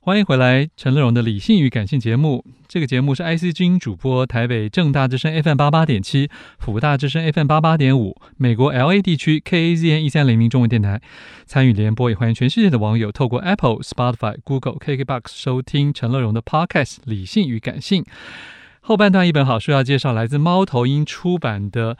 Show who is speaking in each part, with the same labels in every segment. Speaker 1: 欢迎回来，陈乐荣的理性与感性节目。这个节目是 IC 之音主播，台北正大之声 FM 八八点七，辅大之声 FM 八八点五，美国 LA 地区 KAZN 一三零零中文电台。参与联播，也欢迎全世界的网友透过 Apple、Spotify、Google、KKBox 收听陈乐荣的 Podcast《理性与感性》。后半段一本好书要介绍来自猫头鹰出版的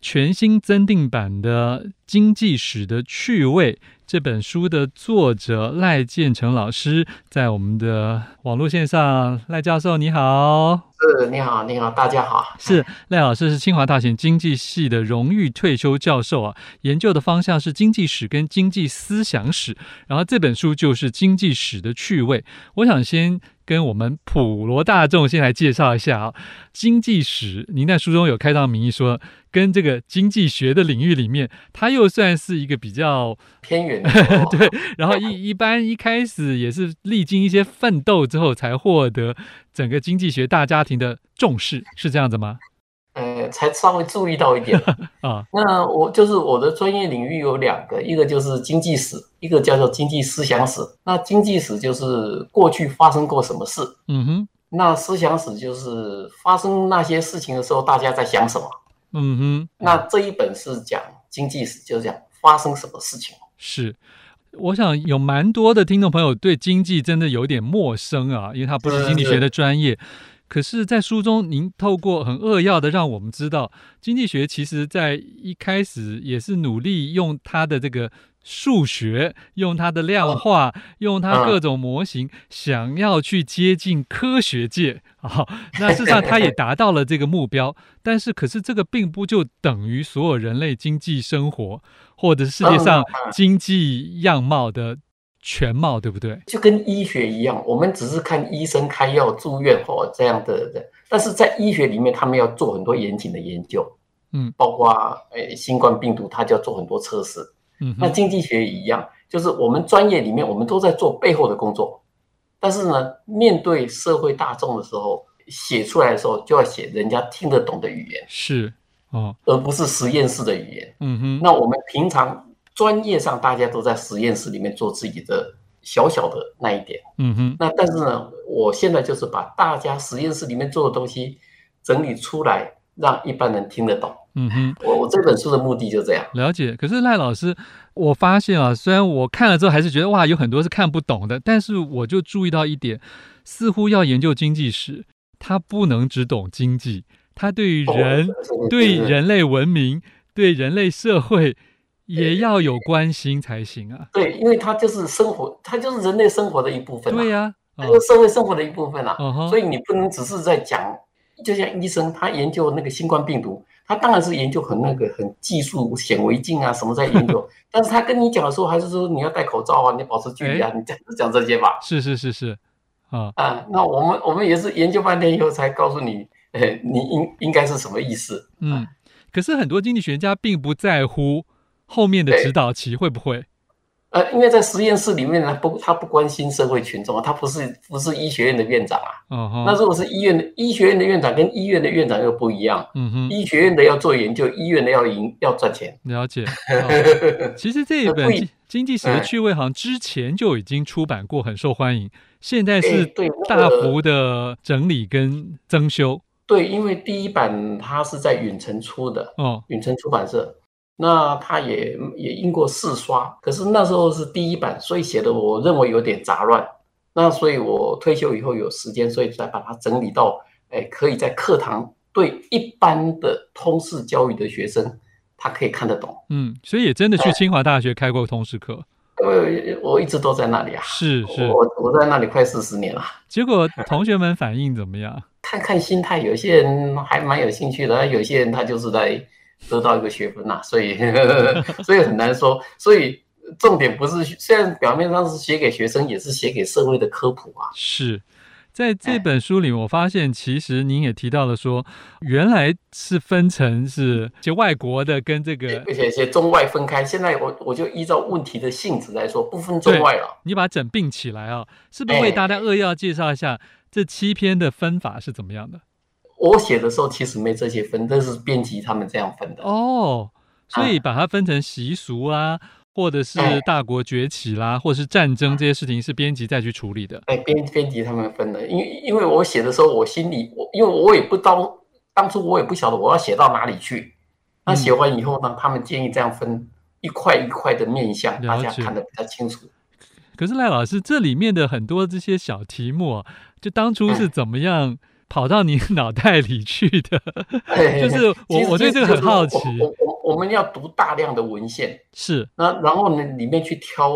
Speaker 1: 全新增订版的《经济史的趣味》。这本书的作者赖建成老师在我们的网络线上，赖教授你好，
Speaker 2: 是呃你好，你好，大家好。
Speaker 1: 是赖老师是清华大学经济系的荣誉退休教授啊，研究的方向是经济史跟经济思想史，然后这本书就是经济史的趣味。我想先跟我们普罗大众先来介绍一下啊，经济史，您在书中有开到名义说，跟这个经济学的领域里面，它又算是一个比较。
Speaker 2: 偏远
Speaker 1: 对，然后一一般一开始也是历经一些奋斗之后，才获得整个经济学大家庭的重视，是这样子吗？
Speaker 2: 呃，才稍微注意到一点
Speaker 1: 啊。
Speaker 2: 那我就是我的专业领域有两个，一个就是经济史，一个叫做经济思想史。那经济史就是过去发生过什么事，
Speaker 1: 嗯哼，
Speaker 2: 那思想史就是发生那些事情的时候大家在想什么。
Speaker 1: 嗯哼，
Speaker 2: 那这一本是讲经济史，就是讲发生什么事情。
Speaker 1: 是。我想有蛮多的听众朋友对经济真的有点陌生啊，因为他不是经济学的专业。可是，在书中，您透过很扼要的让我们知道，经济学其实在一开始也是努力用它的这个数学，用它的量化，用它各种模型，想要去接近科学界啊。那事实上，它也达到了这个目标。但是，可是这个并不就等于所有人类经济生活或者
Speaker 2: 嗯
Speaker 1: 世界上经济样貌的全貌，对不对？
Speaker 2: 就跟医学一样，我们只是看医生开药、住院或这样的人，但是在医学里面，他们要做很多严谨的研究，
Speaker 1: 嗯，
Speaker 2: 包括呃新冠病毒，它就要做很多测试。
Speaker 1: 嗯哼，
Speaker 2: 那经济学也一样，就是我们专业里面，我们都在做背后的工作，但是呢，面对社会大众的时候，写出来的时候就要写人家听得懂的语言，
Speaker 1: 是哦，
Speaker 2: 而不是实验室的语言。
Speaker 1: 嗯哼。
Speaker 2: 那我们平常专业上大家都在实验室里面做自己的小小的那一点。
Speaker 1: 嗯哼，
Speaker 2: 那但是呢，我现在就是把大家实验室里面做的东西整理出来，让一般人听得懂。
Speaker 1: 嗯哼，
Speaker 2: 我我这本书的目的就这样。
Speaker 1: 了解。可是赖老师，我发现啊，虽然我看了之后还是觉得哇，有很多是看不懂的，但是我就注意到一点，似乎要研究经济史，他不能只懂经济，他对于人、
Speaker 2: 哦
Speaker 1: 对人类文明、对人类社会也要有关心才行啊。
Speaker 2: 对，因为它就是生活，它就是人类生活的一部分、啊。
Speaker 1: 对、呀、
Speaker 2: 它
Speaker 1: 哦
Speaker 2: 就是社会生活的一部分啊。
Speaker 1: 嗯哼
Speaker 2: 所以你不能只是在讲，就像医生他研究那个新冠病毒，他当然是研究很那个很技术显微镜啊什么在 研究，但是他跟你讲的时候还是说你要戴口罩啊，你保持距离啊，
Speaker 1: 哎
Speaker 2: 你讲讲这些吧。
Speaker 1: 是是是是，啊，
Speaker 2: 啊，那我们我们也是研究半天以后才告诉你，呃，你应应该是什么意思？
Speaker 1: 嗯。可是很多经济学家并不在乎后面的
Speaker 2: 对
Speaker 1: 指导期会不会，
Speaker 2: 呃，因为在实验室里面呢，不，他不关心社会群众啊，他不是不是医学院的院长啊。
Speaker 1: 嗯
Speaker 2: 那
Speaker 1: 哼，
Speaker 2: 如果是医院的医学院的院长跟医院的院长又不一样，
Speaker 1: 嗯哼。
Speaker 2: 医学院的要做研究，医院的要赢要赚钱。
Speaker 1: 了 解。哦其实这一本
Speaker 2: 不一
Speaker 1: 《经经济史的趣味》好像之前就已经出版过，很受欢迎。现在是
Speaker 2: 哎对那个
Speaker 1: 大幅的整理跟增修
Speaker 2: 对，因为第一版它是在远程出的，
Speaker 1: 哦。
Speaker 2: 远程出版社，那它也也印过四刷，可是那时候是第一版，所以写的我认为有点杂乱。那所以我退休以后有时间，所以才把它整理到，哎，可以在课堂对一般的通识教育的学生，他可以看得懂。
Speaker 1: 嗯，所以也真的去清华大学开过通识课，
Speaker 2: 因为我一直都在那里啊，
Speaker 1: 是是。
Speaker 2: 我我在那里快四十年了。
Speaker 1: 结果同学们反应怎么样？
Speaker 2: 看看心态，有些人还蛮有兴趣的，有些人他就是在得到一个学分呐、所以 所以很难说。所以重点不是，虽然表面上是写给学生，也是写给社会的科普啊。
Speaker 1: 是。在这本书里，我发现其实您也提到了说，原来是分成是就外国的跟这个，
Speaker 2: 而且写中外分开，现在我我就依照问题的性质来说，不分中外了。
Speaker 1: 你把它整并起来啊，是不是为
Speaker 2: 哎
Speaker 1: 大家扼要介绍一下这七篇的分法是怎么样的？
Speaker 2: 我写的时候其实没这些分，这是编辑他们这样分的。
Speaker 1: 哦，所以
Speaker 2: 啊
Speaker 1: 把它分成习俗啊、或者是大国崛起啦，或者是战争这些事情是编辑再去处理的。
Speaker 2: 哎，编编辑他们分的，因为因为我写的时候，我心里我因为我也不知道，当初我也不晓得我要写到哪里去。那
Speaker 1: 嗯
Speaker 2: 写完以后呢，他们建议这样分一块一块的面向，大
Speaker 1: 了
Speaker 2: 家
Speaker 1: 解
Speaker 2: 看得比较 清楚。
Speaker 1: 可是赖老师，这里面的很多这些小题目、啊，就当初是怎么样跑到你脑袋里去的？ 就是我
Speaker 2: 哎其实
Speaker 1: 我对这个
Speaker 2: 就是
Speaker 1: 很好奇
Speaker 2: 我我我我们要读大量的文献，
Speaker 1: 是
Speaker 2: 那然后呢，里面去挑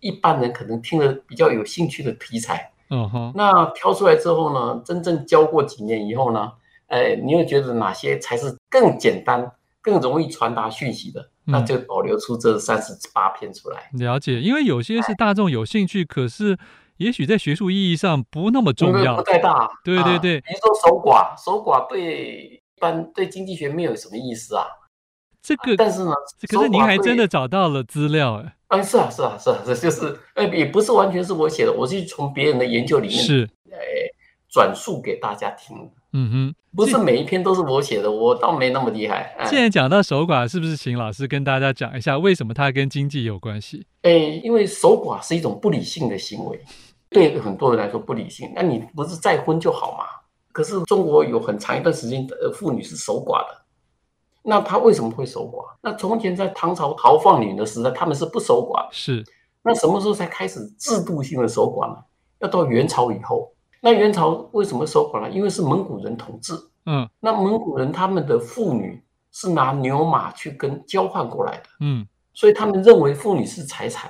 Speaker 2: 一般人可能听了比较有兴趣的题材。
Speaker 1: 嗯哼，
Speaker 2: 那挑出来之后呢，真正教过几年以后呢，呃，你又觉得哪些才是更简单、更容易传达讯息的？
Speaker 1: 嗯
Speaker 2: 那就保留出这三十八篇出来。
Speaker 1: 了解。因为有些是大众有兴趣，可是也许在学术意义上不那么
Speaker 2: 因
Speaker 1: 重
Speaker 2: 为
Speaker 1: 要
Speaker 2: 不。太大。
Speaker 1: 对对对
Speaker 2: 啊比如说守寡，守寡对一般对经济学没有什么意思啊。
Speaker 1: 这个
Speaker 2: 但是呢，
Speaker 1: 可是您
Speaker 2: 守寡
Speaker 1: 还
Speaker 2: 对
Speaker 1: 真的找到了资料，哎，
Speaker 2: 哎，是啊，是啊，是啊，是啊就是，呃，也不是完全是我写的，我是从别人的研究里面，
Speaker 1: 是，
Speaker 2: 呃，转述给大家听的，
Speaker 1: 嗯哼。
Speaker 2: 不是每一篇都是我写的，我倒没那么厉害。哎
Speaker 1: 既然讲到守寡，是不是请老师跟大家讲一下为什么它跟经济有关系？
Speaker 2: 诶，哎因为守寡是一种不理性的行为，对很多人来说不理性。那你不是再婚就好吗？可是中国有很长一段时间，呃，妇女是守寡的。那她为什么会守寡？那从前在唐朝逃放女的时代，她们是不守寡的。
Speaker 1: 是，
Speaker 2: 那什么时候才开始制度性的守寡呢？要到元朝以后。那元朝为什么守寡呢？因为是蒙古人统治。
Speaker 1: 嗯
Speaker 2: 那蒙古人他们的妇女是拿牛马去跟交换过来的。
Speaker 1: 嗯，
Speaker 2: 所以他们认为妇女是财产。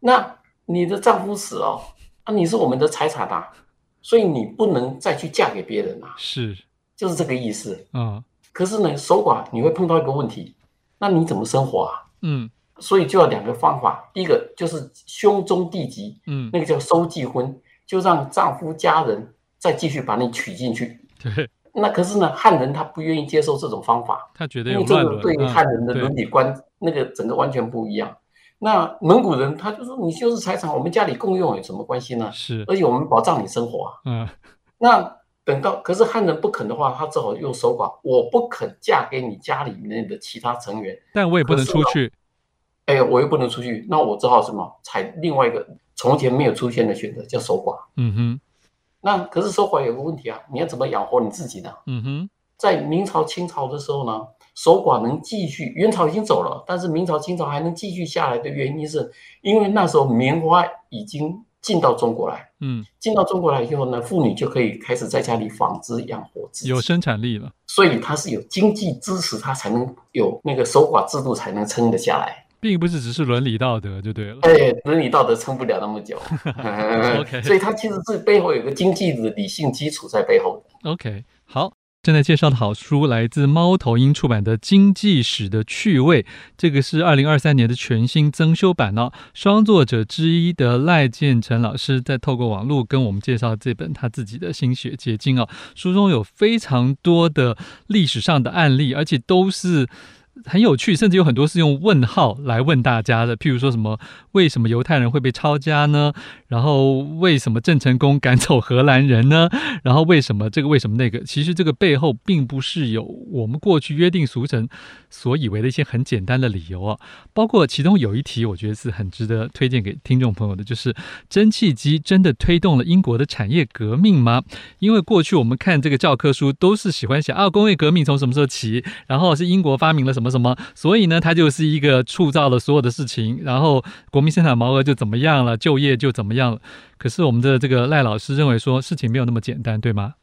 Speaker 2: 那你的丈夫死哦，啊，你是我们的财产啊，所以你不能再去嫁给别人啊，
Speaker 1: 是，
Speaker 2: 就是这个意思。
Speaker 1: 嗯
Speaker 2: 可是呢，守寡你会碰到一个问题，那你怎么生活啊？
Speaker 1: 嗯
Speaker 2: 所以就要两个方法，第一个就是兄终弟及，
Speaker 1: 嗯，
Speaker 2: 那个叫收继婚，就让丈夫家人再继续把你娶进去。
Speaker 1: 对
Speaker 2: 那可是呢，汉人他不愿意接受这种方法，
Speaker 1: 他觉得
Speaker 2: 因
Speaker 1: 有
Speaker 2: 为这
Speaker 1: 乱
Speaker 2: 个
Speaker 1: 伦，
Speaker 2: 对
Speaker 1: 嗯
Speaker 2: 汉人的
Speaker 1: 对
Speaker 2: 伦理观、那个整个完全不一样。那蒙古人他就说你就是财产，我们家里共用有什么关系呢？
Speaker 1: 是，
Speaker 2: 而且我们保障你生活啊。
Speaker 1: 嗯
Speaker 2: 那等到可是汉人不肯的话，他只好用守寡，我不肯嫁给你家里面的其他成员，
Speaker 1: 但我也不能
Speaker 2: 可
Speaker 1: 出
Speaker 2: 是
Speaker 1: 去，
Speaker 2: 哎，我又不能出去，那我只好什么采另外一个从前没有出现的选择，叫守寡。
Speaker 1: 嗯哼
Speaker 2: 那可是守寡有个问题啊，你要怎么养活你自己呢？
Speaker 1: 嗯哼，
Speaker 2: 在明朝、清朝的时候呢，守寡能继续，元朝已经走了，但是明朝、清朝还能继续下来的原因是，因为那时候棉花已经进到中国来，
Speaker 1: 嗯，
Speaker 2: 进到中国来以后呢，妇女就可以开始在家里纺织养活自己，
Speaker 1: 有生产力了，
Speaker 2: 所以它是有经济支持，它才能有那个守寡制度才能撑得 下来。
Speaker 1: 并不是只是伦理道德就对了，
Speaker 2: 哎，伦理道德撑不了那么久
Speaker 1: OK
Speaker 2: 所以它其实是背后有个经济的理性基础在背后的。
Speaker 1: OK，好，正在介绍的好书来自猫头鹰出版的《经济史的趣味》，这个是二零二三年的全新增修版哦。双作者之一的赖建成老师在透过网络跟我们介绍这本他自己的心血结晶哦。书中有非常多的历史上的案例，而且都是。很有趣，甚至有很多是用问号来问大家的，譬如说什么为什么犹太人会被抄家呢？然后为什么郑成功赶走荷兰人呢？然后为什么这个为什么那个？其实这个背后并不是有我们过去约定俗成所以为的一些很简单的理由啊。包括其中有一题，我觉得是很值得推荐给听众朋友的，就是蒸汽机真的推动了英国的产业革命吗？因为过去我们看这个教科书都是喜欢写啊，工业革命从什么时候起，然后是英国发明了什么什么，所以呢，它就是一个塑造了所有的事情，然后国民生产毛额就怎么样了，就业就怎么样了。可是我们的这个赖老师认为说事情没有那么简单，对吗？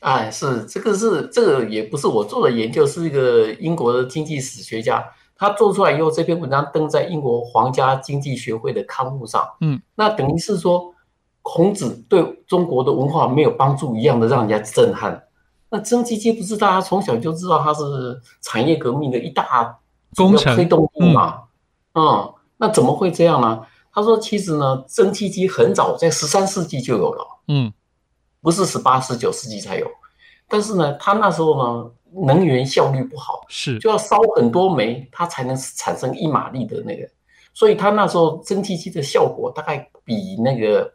Speaker 2: 哎，是这个是这个也不是我做的研究，是一个英国的经济史学家，他做出来以后，这篇文章登在英国皇家经济学会的刊物上。
Speaker 1: 嗯，
Speaker 2: 那等于是说，孔子对中国的文化没有帮助一样的，让人家震撼。那蒸汽机不是大家从小就知道它是产业革命的一大主
Speaker 1: 工
Speaker 2: 要
Speaker 1: 程
Speaker 2: 推动物嘛？嗯，那怎么会这样呢？他说，其实呢，蒸汽机很早在十三世纪就有了。
Speaker 1: 嗯
Speaker 2: 不是十八、十九世纪才有。但是呢，它那时候呢，能源效率不好，，
Speaker 1: 是
Speaker 2: 就要烧很多煤，它才能产生一马力的那个。所以它那时候蒸汽机的效果大概比那个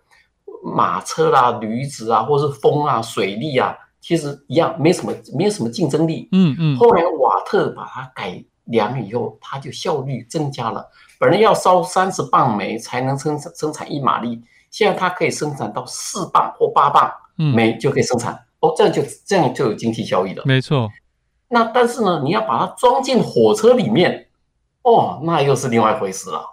Speaker 2: 马车啦、驴子啊，或是风啊、水力啊，其实一样，没什么没有什么竞争力。
Speaker 1: 嗯嗯
Speaker 2: 后来瓦特把它改凉以后，它就效率增加了。本来要烧三十磅煤才能生生产一马力，现在它可以生产到四磅或八磅
Speaker 1: 嗯
Speaker 2: 煤就可以生产。哦，这样就这样就有经济效益了。
Speaker 1: 没错，
Speaker 2: 那但是呢，你要把它装进火车里面，哦，那又是另外一回事了，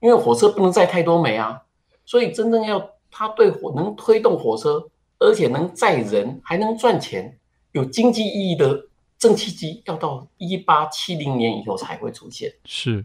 Speaker 2: 因为火车不能载太多煤啊，所以真正要它对火能推动火车，而且能载人，还能赚钱，有经济意义的蒸汽机，要到一八七零年以后才会出现。
Speaker 1: 是，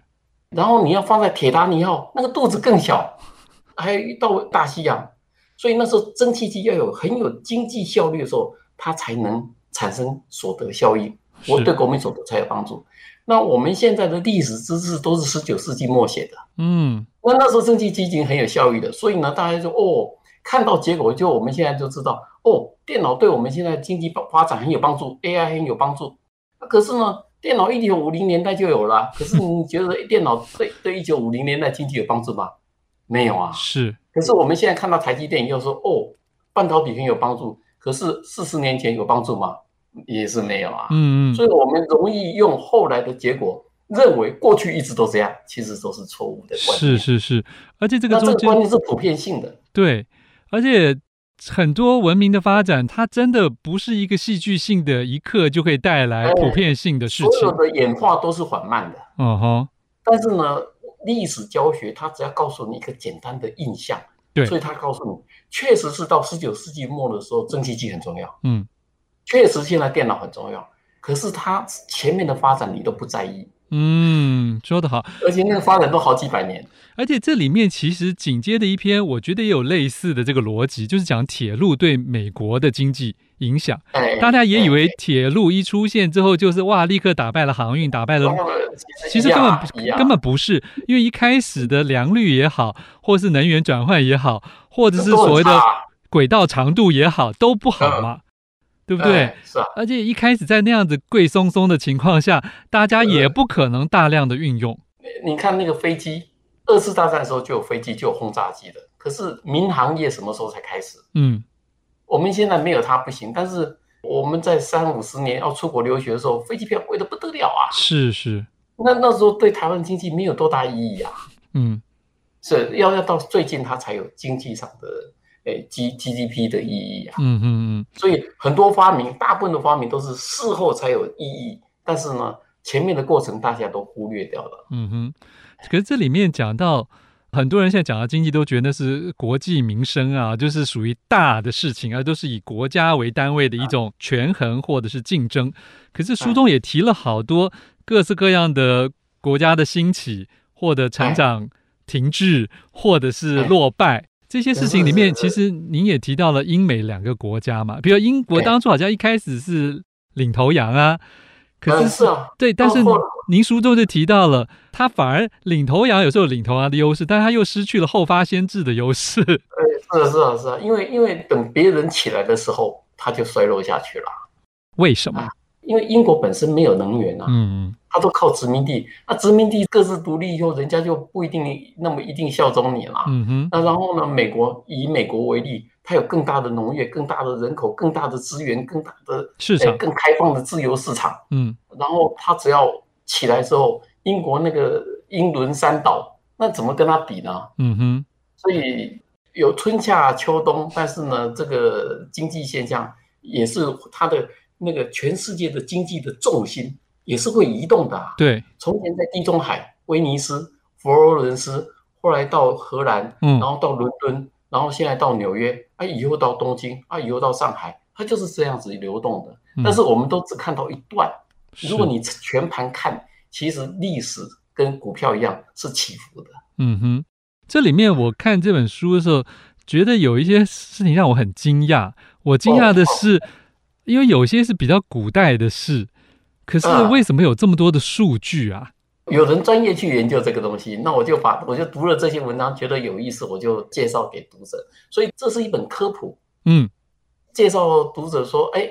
Speaker 2: 然后你要放在铁达尼号，那个肚子更小， 还到大西洋，所以那时候蒸汽机要有很有经济效率的时候，它才能产生所得效益，
Speaker 1: 是
Speaker 2: 我对国民所得才有帮助。那我们现在的历史知识都是十九世纪末写的，
Speaker 1: 嗯，
Speaker 2: 那那时候蒸汽机已经很有效益的，所以呢，大家就哦，看到结果就我们现在就知道，哦，电脑对我们现在经济发展很有帮助，AI 很有帮助。那可是呢，电脑一九五零年代就有了啊，可是你觉得电脑对对一九五零年代经济有帮助吗？没有啊。
Speaker 1: 是，
Speaker 2: 可是我们现在看到台积电又说，哦，半导体很有帮助，可是四十年前有帮助吗？也是没有啊。
Speaker 1: 嗯
Speaker 2: 所
Speaker 1: 嗯，
Speaker 2: 以我们容易用后来的结果认为过去一直都这样，其实都是错误的观
Speaker 1: 是
Speaker 2: 念。
Speaker 1: 是是，而且这个
Speaker 2: 那这
Speaker 1: 中
Speaker 2: 个
Speaker 1: 间
Speaker 2: 观念是普遍性的，
Speaker 1: 对，而且很多文明的发展，它真的不是一个戏剧性的一刻就可以带来
Speaker 2: 哎
Speaker 1: 普遍性的事
Speaker 2: 所
Speaker 1: 情
Speaker 2: 有。的演化都是缓慢的。
Speaker 1: 嗯哼，
Speaker 2: 但是呢，历史教学它只要告诉你一个简单的印象，
Speaker 1: 对
Speaker 2: 所以它告诉你，确实是到十九世纪末的时候，蒸汽机很重要，
Speaker 1: 嗯
Speaker 2: 确实现在电脑很重要，可是它前面的发展你都不在意，
Speaker 1: 嗯，说得好。
Speaker 2: 而且那个发展都好几百年。
Speaker 1: 而且这里面其实紧接着一篇，我觉得也有类似的这个逻辑，就是讲铁路对美国的经济影响。
Speaker 2: 哎，
Speaker 1: 大家也以为
Speaker 2: 哎
Speaker 1: 铁路一出现之后，就是哇，立刻打败了航运，打败了
Speaker 2: 然后
Speaker 1: 呃其实
Speaker 2: 一
Speaker 1: 根
Speaker 2: 样
Speaker 1: 本
Speaker 2: 啊
Speaker 1: 不
Speaker 2: 一样啊
Speaker 1: 根本不是，因为一开始的良率也好，或是能源转换也好，或者是
Speaker 2: 这都很
Speaker 1: 所谓的
Speaker 2: 差嗯啊
Speaker 1: 轨道长度也好，都不好嘛，对不对
Speaker 2: 哎？是啊，
Speaker 1: 而且一开始在那样子贵松松的情况下，大家也不可能大量的运用。
Speaker 2: 你看那个飞机，二次大战的时候就有飞机，就有轰炸机的，可是民航业什么时候才开始？
Speaker 1: 嗯，
Speaker 2: 我们现在没有它不行，但是我们在三五十年要出国留学的时候，飞机票贵的不得了啊。
Speaker 1: 是是，
Speaker 2: 那那时候对台湾经济没有多大意义啊，
Speaker 1: 嗯
Speaker 2: 是要要到最近它才有经济上的诶 G G D P 的意义啊。
Speaker 1: 嗯嗯嗯，
Speaker 2: 所以很多发明，大部分的发明都是事后才有意义，但是呢，前面的过程大家都忽略掉了。
Speaker 1: 嗯哼，可是这里面讲到，很多人现在讲到经济都觉得那是国计民生啊，就是属于大的事情啊，都是以国家为单位的一种权衡或者是竞争。可是书中也提了好多各式各样的国家的兴起，或者
Speaker 2: 哎
Speaker 1: 成长停滞，或者是落败。这些事情里面，
Speaker 2: 是
Speaker 1: 其实您也提到了英美两个国家嘛，比如英国
Speaker 2: 对
Speaker 1: 当初好像一开始是领头羊啊，可是
Speaker 2: 嗯是啊
Speaker 1: 对，但是
Speaker 2: 包括了
Speaker 1: 您书中就提到了，他反而领头羊有时候有领头羊的优势，但他又失去了后发先至的优势。
Speaker 2: 是啊，是啊，是啊，因为因为等别人起来的时候，它就衰落下去了。
Speaker 1: 为什
Speaker 2: 啊
Speaker 1: 么？
Speaker 2: 因为英国本身没有能源啊，
Speaker 1: 嗯，
Speaker 2: 他都靠殖民地，那殖民地各自独立以后，人家就不一定那么一定效忠你啦。
Speaker 1: 嗯哼，
Speaker 2: 那然后呢，美国以美国为例，它有更大的农业、更大的人口、更大的资源、更大的
Speaker 1: 市
Speaker 2: 呃
Speaker 1: 场，
Speaker 2: 更开放的自由市场。
Speaker 1: 嗯，
Speaker 2: 然后它只要起来之后，英国那个英伦三岛，那怎么跟它比呢？
Speaker 1: 嗯哼，
Speaker 2: 所以有春夏秋冬，但是呢，这个经济现象也是它的那个全世界的经济的重心也是会移动的、啊。
Speaker 1: 对，
Speaker 2: 从前在地中海、威尼斯、佛罗伦斯，后来到荷兰，
Speaker 1: 嗯
Speaker 2: 然后到伦敦，然后现在到纽约，啊，以后到东京，啊，以后到上海，它就是这样子流动的。
Speaker 1: 嗯
Speaker 2: 但是我们都只看到一段，
Speaker 1: 是
Speaker 2: 如果，你全盘看，其实历史跟股票一样是起伏的。
Speaker 1: 嗯哼，这里面我看这本书的时候，觉得有一些事情让我很惊讶。我惊
Speaker 2: 哦
Speaker 1: 讶的是，因为有些是比较古代的事，可是
Speaker 2: 嗯
Speaker 1: 为什么有这么多的数据啊？
Speaker 2: 有人专业去研究这个东西，那我就把我就读了这些文章，觉得有意思，我就介绍给读者。所以这是一本科普，
Speaker 1: 嗯，
Speaker 2: 介绍读者说，哎，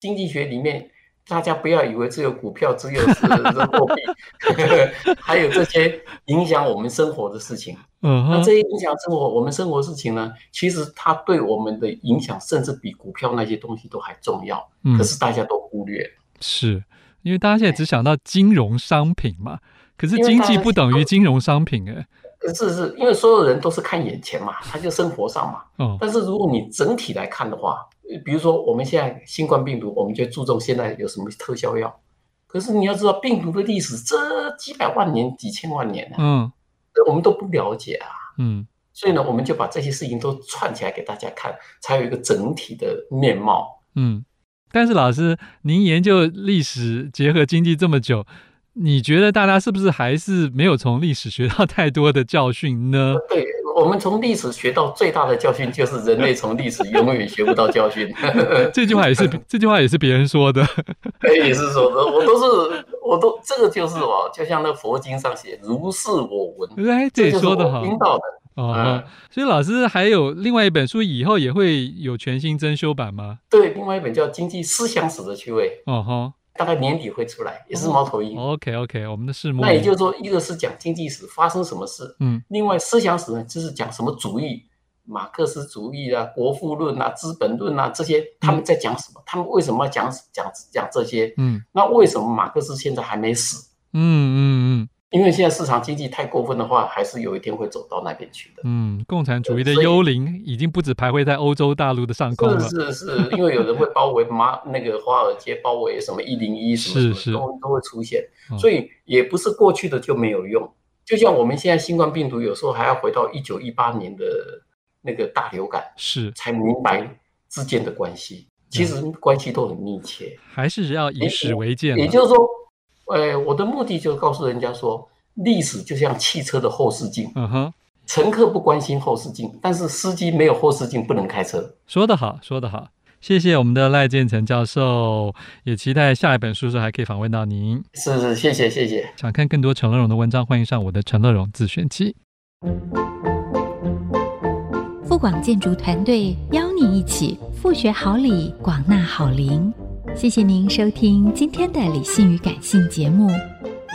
Speaker 2: 经济学里面大家不要以为只有股票，只有是是货 币，还有这些影响我们生活的事情。
Speaker 1: 嗯
Speaker 2: 那
Speaker 1: 哼
Speaker 2: 这，些影响生活我们生活事情呢，其实它对我们的影响，甚至比股票那些东西都还重要。
Speaker 1: 嗯
Speaker 2: 可是大家都忽略。
Speaker 1: 是，因为大家现在只想到金融商品嘛，可是经济不等于金融商品哎、
Speaker 2: 可是是因为所有人都是看眼前嘛，他就生活上嘛。
Speaker 1: 哦，
Speaker 2: 但是如果你整体来看的话，呃比如说我们现在新冠病毒，我们就注重现在有什么特效药。可是你要知道，病毒的历史这几百万年、几千万年呢、啊
Speaker 1: 嗯
Speaker 2: 我们都不了解啊。
Speaker 1: 嗯
Speaker 2: 所以呢，我们就把这些事情都串起来给大家看，才有一个整体的面貌。
Speaker 1: 嗯。但是老师，您研究历史结合经济这么久，你觉得大家是不是还是没有从历史学到太多的教训呢？
Speaker 2: 对我们从历史学到最大的教训，就是人类从历史永远学不到教训。
Speaker 1: 这句话也是这句话也是别人说的，
Speaker 2: 可以是说的，我都是，我都这个就是哦，就像那佛经上写“如是我闻”，
Speaker 1: 哎，这
Speaker 2: 这
Speaker 1: 也
Speaker 2: 就是
Speaker 1: 说的
Speaker 2: 我
Speaker 1: 好
Speaker 2: 听到的。嗯
Speaker 1: 哦。所以老师还有另外一本书，以后也会有全新增修版吗？
Speaker 2: 对，另外一本叫《经济思想史的趣味
Speaker 1: 哦哈》，
Speaker 2: 大概年底会出来，也是猫头鹰。
Speaker 1: ，OK OK，我们的拭目
Speaker 2: 嗯那也
Speaker 1: 以
Speaker 2: 就是说，一个是讲经济史发生什么事，
Speaker 1: 嗯
Speaker 2: 另外思想史呢，就是讲什么主义，马克思主义啊、国富论啊、资本论啊这些，他们在讲什么？他们为什么要讲讲讲这些？
Speaker 1: 嗯
Speaker 2: 那为什么马克思现在还没死？
Speaker 1: 嗯嗯
Speaker 2: 因为现在市场经济太过分的话，还是有一天会走到那边去的。
Speaker 1: 嗯嗯，共产主义的
Speaker 2: 所以
Speaker 1: 幽灵已经不止徘徊在欧洲大陆的上空了，
Speaker 2: 是是是，因为有人会包围马那个华尔街，包围什么一零一什么
Speaker 1: 是是
Speaker 2: 什么，都都会出现
Speaker 1: 嗯，
Speaker 2: 所以也不是过去的就没有用。就像我们现在新冠病毒，有时候还要回到一九一八年的那个大流感，
Speaker 1: 是
Speaker 2: 才明白之间的关系。
Speaker 1: 嗯
Speaker 2: 其实关系都很密切，
Speaker 1: 还是要以史为鉴啊
Speaker 2: 也
Speaker 1: 了。
Speaker 2: 就是说，呃，我的目的就是告诉人家说，历史就像汽车的后视镜，
Speaker 1: 嗯哼，
Speaker 2: 乘客不关心后视镜，但是司机没有后视镜不能开车。
Speaker 1: 说得好，说得好。谢谢我们的赖建成教授，也期待下一本书的时候还可以访问到您。
Speaker 2: 是是，谢谢谢谢。
Speaker 1: 想看更多陈乐融的文章，欢迎上我的陈乐融自选集。
Speaker 3: 富广建筑团队邀你一起复学好礼，广纳好邻。谢谢您收听今天的理性与感性节目。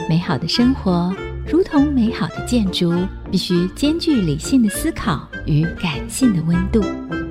Speaker 3: 美好的生活如同美好的建筑，必须兼具理性的思考与感性的温度。